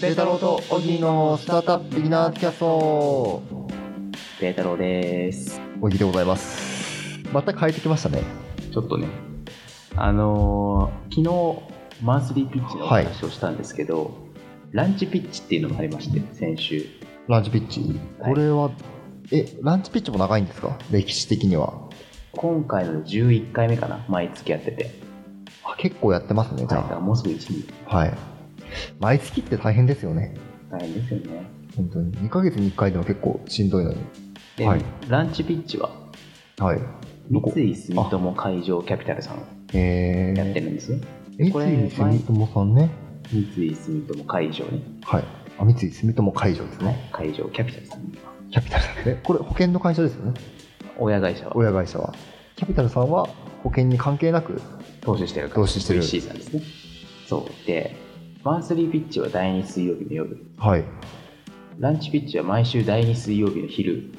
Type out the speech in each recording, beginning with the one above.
ペータローとオギーのスタートアップビギナーキャストペータローです。オギーでございますまた変えてきましたねちょっとね、あのー昨日、マンスリーピッチのお話をしたんですけど、ランチピッチっていうのがありまして、先週。ランチピッチ、はいこれはえランチピッチも長いんですか歴史的には今回ので11回目かな、毎月やってて。あ結構やってますねじはい、だかゃらもうすぐ1日。あはい、毎月って大変ですよね大変ですよね。本当に2ヶ月に1回でも結構しんどいのにで、はいランチピッチは、はい三井住友海上キャピタルさんをえやってー、るんですね。三これ井住友さんね三井住友海上ね。はいあ三井住友海上ですね、海上キャピタルさん。キャピタルさんねこれ保険の会社ですよね親会社は親会社はキャピタルさんは保険に関係なく投資してるから投資してる VC さんですねそうでマンスリーピッチは第2水曜日の夜はいランチピッチは毎週第2水曜日の昼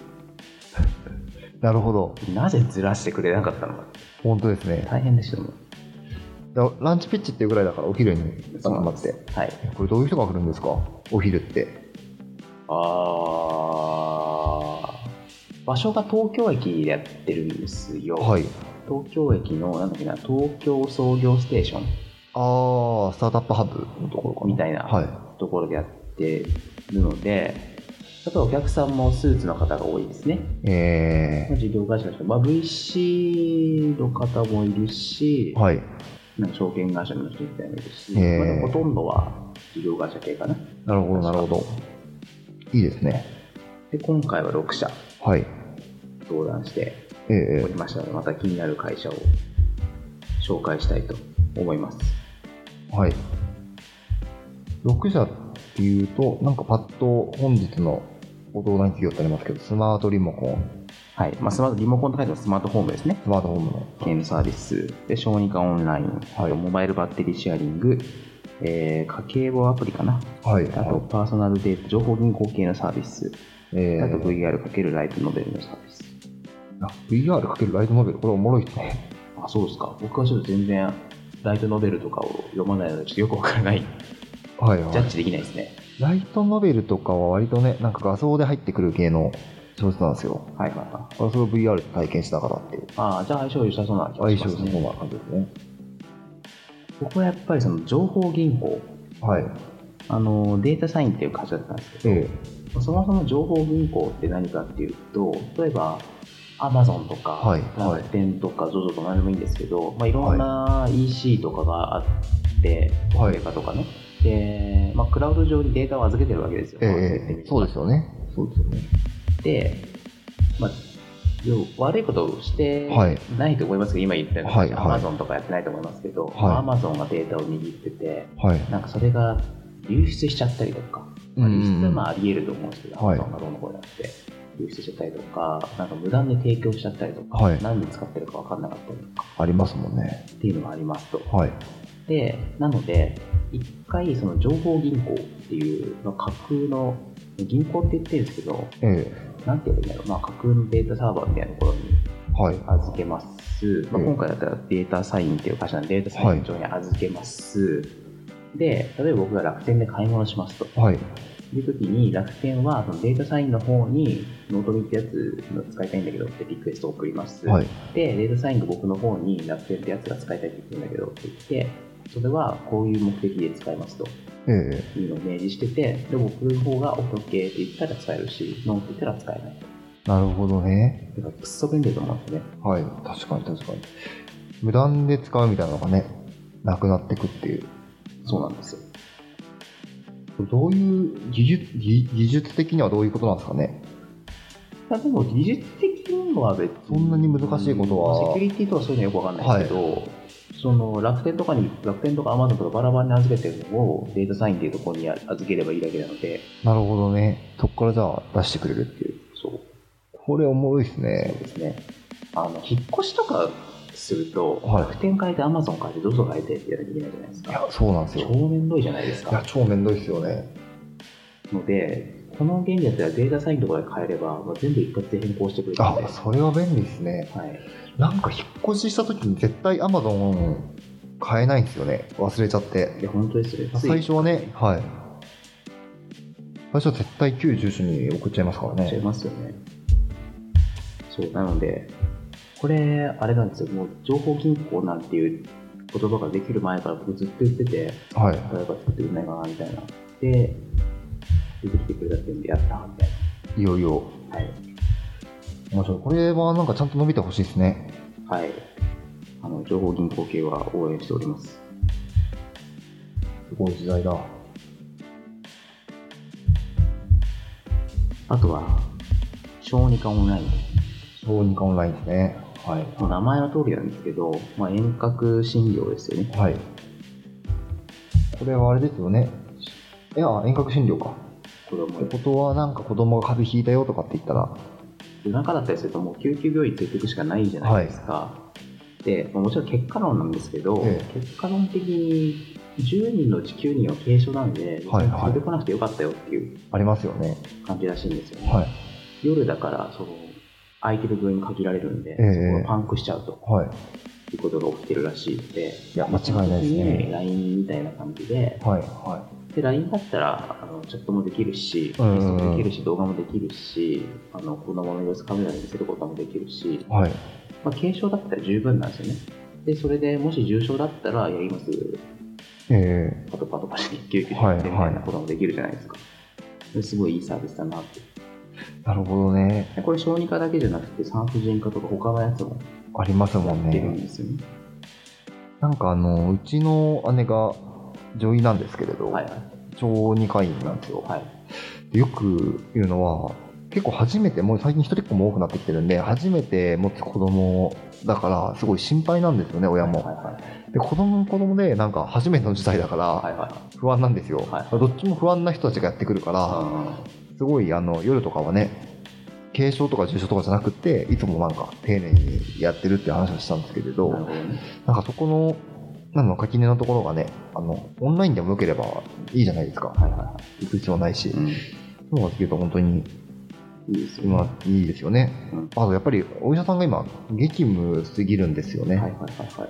なるほどなぜずらしてくれなかったのか本当ですね大変でしたもんだランチピッチっていうぐらいだからお昼に集まってはいこれどういう人が来るんですかお昼ってあー場所が東京駅でやってるんですよ、はい東京駅のなんだっけな東京創業ステーションああスタートアップハブのところかなみたいなはところでやってるのであとはお客さんもスーツの方が多いですねいえ事業会社の人、まあ、VC の方もいるし、ー、はいなんか証券会社の人みたいなのもいるし、へーまあでもほとんどは事業会社系かな。なるほどなるほどいいですねで、今回は6社はい登壇してえおーりましたので、また気になる会社を紹介したいと思います。はい6社っていうとなんかパッと本日のご登壇企業ってありますけどスマートリモコンはい。まあ、スマート、リモコンと書いてますスマートホームですね。スマートフォームのゲームサービス、で、小児科オンライン、あとモバイルバッテリーシェアリング、えー、家計簿アプリかな。はいあと、パーソナルデータ、情報銀行系のサービス、えあとー VR× ライトノベルのサービス。あ VR かけるライトノベルこれおもろいですねあ、そうですか。僕はちょっと全然、ライトノベルとかを読まないので、ちょっとよくわからない。はいはジャッジできないですね。ライトノベルとかは割とね、なんか画像で入ってくる系の小説なんですよ。はいはいはい。これそれを VR で体験しながらっていう。ああ、じゃあ相性良さそうな気が相しま性すのそうね。な感じですね。僕はやっぱりその情報銀行、はい。あのデータサインっていう会社だったんですけえど、そもそも情報銀行って何かっていうと、例えば、アマゾンとか、はいはい楽天とか、ZOZO とか何でもいいんですけど、まあ、いろんな EC とかがあって、はいメーカーとかね。で、まあ、クラウド上にデータを預けてるわけですよ。ええ言ってみえればそうですよね。そうですよね。で、まあ、要は悪いことをしてはいないと思いますけど、今言ったようはにい、アはいマゾンとかやってないと思いますけど、はいアマゾンがデータを握ってて、はい。なんかそれが流出しちゃったりとか、まあ、うんうん流うん出はまああり得ると思うんですけど、はいアマゾンがどうのこうのやって、流出しちゃったりとか、なんか無断で提供しちゃったりとか、はい何に使ってるか分かんなかったりとかありますもんね。っていうのがありますと。はい。で、なので、一回、その情報銀行っていう、まあ架空の、銀行って言ってるんですけど、えなんて言うんだろう、まあ、架空のデータサーバーみたいなところにえはい。預けます。まあ、うん今回だったらデータサインっていう会社のデータサイン上に預けます。で、例えば僕が楽天で買い物しますと。はい。いう時に楽天はそのデータサインの方にノートミってやつの使いたいんだけどってリクエストを送ります。はい。で、データサインが僕の方に楽天ってやつが使いたいって言ってるんだけどって言って、それはこういう目的で使いますとええいうのを明示してて、で、僕の方が OK って言ったら使えるし、ノーって言ったら使えない。なるほどね。だからくっそ便利だと思うんですね。はい。確かに確かに。無断で使うみたいなのがね、なくなってくっていう。そうなんですよ。どういう技術、技技術的にはどういうことなんですかね。まあでも技術的には別にそんなに難しいことはセキュリティとかそういうのよくわかんないですけど、その楽天とかに楽天とかアマゾンとかバラバラに預けてるのをデータサインっていうところに預ければいいだけなので、なるほどね。そこからじゃあ出してくれるっていう。そうこれおもろいですね。ですね。あの引っ越しとかすると、はい楽天変えてアマゾン変えてどうぞ変えてってやらなきゃいけないじゃないですいか。や、そうなんです超よ。面倒いじゃないですいやか。、超めんどいですよね。ので、この原理だったらデータサインとかで変えれば、まあ、全部一括で変更してくれるあので、、それは便利ですね。はい、なんか引っ越しした時に絶対 Amazon 買えないんですよね。忘れちゃってい。や本当ですよね。最初はね、はい。最初は絶対旧住所に送っちゃいますからちゃいね。ますよね。そう、なので、これ、あれなんですよ、もう情報銀行なんていう言葉ができる前から僕ずっと言ってて、はい。誰か作ってくれないかな、みたいな。で、出てきてくれたっていうんで、やった、みたいいよいよ。な。はい。面白い。これはなんかちゃんと伸びてほしいですね。はい。あの、情報銀行系は応援しております。すごい時代だ。あとは、小児科オンライン。小児科オンラインですね。はい。もう名前の通りなんですけど、まあ、遠隔診療ですよね。はい。これはあれですよね。いや、遠隔診療か。子供ってことは、なんか子供が風邪ひいたよとかって言ったら、夜中だったりするともう救急病院連れていくしかないじゃないですか、でまあもちろん結果論なんですけど、え結果論的に10人のうち9人は軽症なんで、はいはい連れてこなくてよかったよっていうありますよね。感じらしいんですよね、はい。夜だからその空いてる病院限られるんで、ええそこがパンクしちゃうとはい。いうことが起きてるらしいんでいや間違いないですねその時に LINE みたいな感じではい。はで LINE だったらあのチャットもできるしテうんうんストもできるし動画もできるしあの子供の様子カメラに見せることもできるしい。はい。まあ、軽症だったら十分なんですよね。で、それでもし重症だったら、いや、今すぐえパトパトパシ救急車はいみたいなこともできるじゃないですか。ですごいいいサービスだなって。ー、なるほどね。でこれ小児科だけじゃなくて産婦人科とか他のやつもありますやもんってるんね。ですよね。なんかあの、うちの姉が女医なんですけれど、はい、小児科医なんですよ。はい。よく言うのは結構初めてもう最近一人っ子も多くなってきてるんで初めて持つ子供だからすごい心配なんですよね親も、はいはいで子供も子供でなんか初めての事態だからはいはい不安なんですよ、はいどっちも不安な人たちがやってくるから、あすごいあの夜とかはね軽症とか重症とかじゃなくていつもなんか丁寧にやってるって話をしたんですけれど、ーなるほどね。なんかそこのなんの垣根のところがねあのオンラインでもよければいいじゃないですか、はいはいは行く必要ないし、い。うん、いそうなんですけど本当にいですよね。今いいですよね、うんあとやっぱりお医者さんが今激務すぎるんですよね、はいはいはいはい。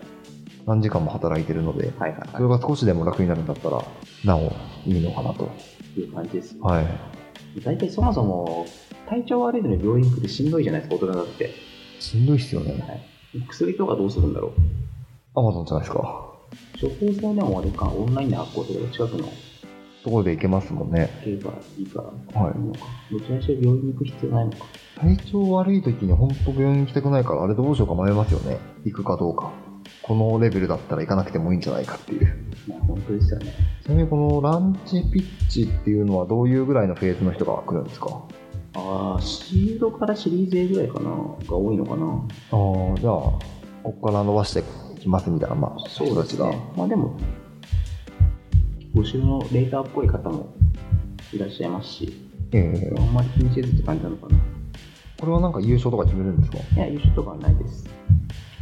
何時間も働いてるのではいはいそれはが少しでも楽になるんだったらなおいいのかなとい。いう感じですよ。はい大体そもそも体調悪いのに病院来てしんどいじゃないですか、大人だって。しんどいっすよね薬とかどうするんだろう。アマゾンじゃないですか処方箋でもあれか、オンラインで発行すれば近くのところで行けますもんね経がいいから、はいいいのか。どちらにしろ病院に行く必要ないのか。体調悪い時に本当病院行きたくないからあれどうしようか迷いますよね行くかどうかこのレベルだったら行かなくてもいいんじゃないかっていうまあ、本当ですよね。ちなみにこのランチピッチっていうのはどういうぐらいのフェーズの人が来るんですかああ、シールドからシリーズ A ぐらいかな、が多いのかな。ああ、じゃあ、ここから伸ばしてきますみたいな、まあ、人たちが。ね。まあでも、後ろのレーターっぽい方もいらっしゃいますし、ええあんまり気にせずって感じなのかな。これはなんか優勝とか決めるんですかいや、優勝とかはないです。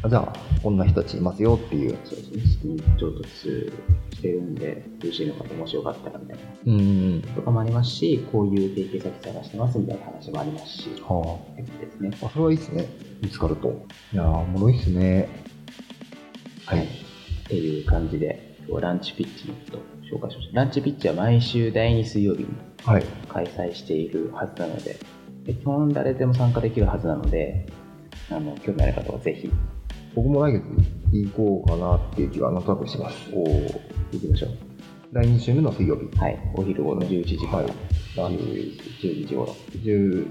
あじゃあ、こんな人たちいますよっていう。そうですね、資金調達してるんで、嬉しいのかと、もしよかったらみたいな。うん。とかもありますし、こういう提携先探してますみたいな話もありますし、はですね。あ。あ、それはいいっすね。見つかると。いやー、おもろいっすね。はい。っていう感じで、今日はランチピッチのことを紹介しました。ランチピッチは毎週第2水曜日にはい。開催しているはずなので、で基本誰でも参加できるはずなので、あの興味ある方はぜひ、僕も来月行こうかなっていう気がなんとなくしてます。おー行きましょう。第2週目の水曜日。はい、お昼頃11時かはいら、10 12時頃、 12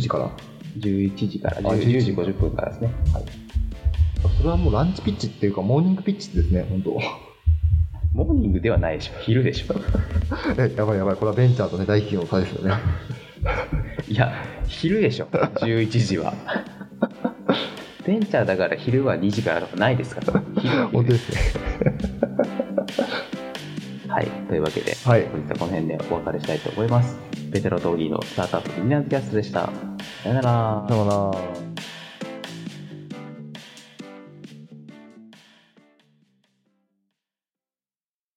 時から。 11時からあ10 10時50分からですね。はい、それはもうランチピッチっていうか、モーニングピッチですね、本当モーニングではないでしょ、昼でしょ。え、やばいやばい。これはベンチャーとね、大企業の差ですよね。いや、昼でしょ、11時 は。ベンチャーだから昼は2時からとかないですから、昼は昼本当でですすね。はい、というわけで、はい。本日はこの辺でお別れしたいと思います。ベテロとオギーのスタートアップビギナーズキャストでした。さよならさようなら。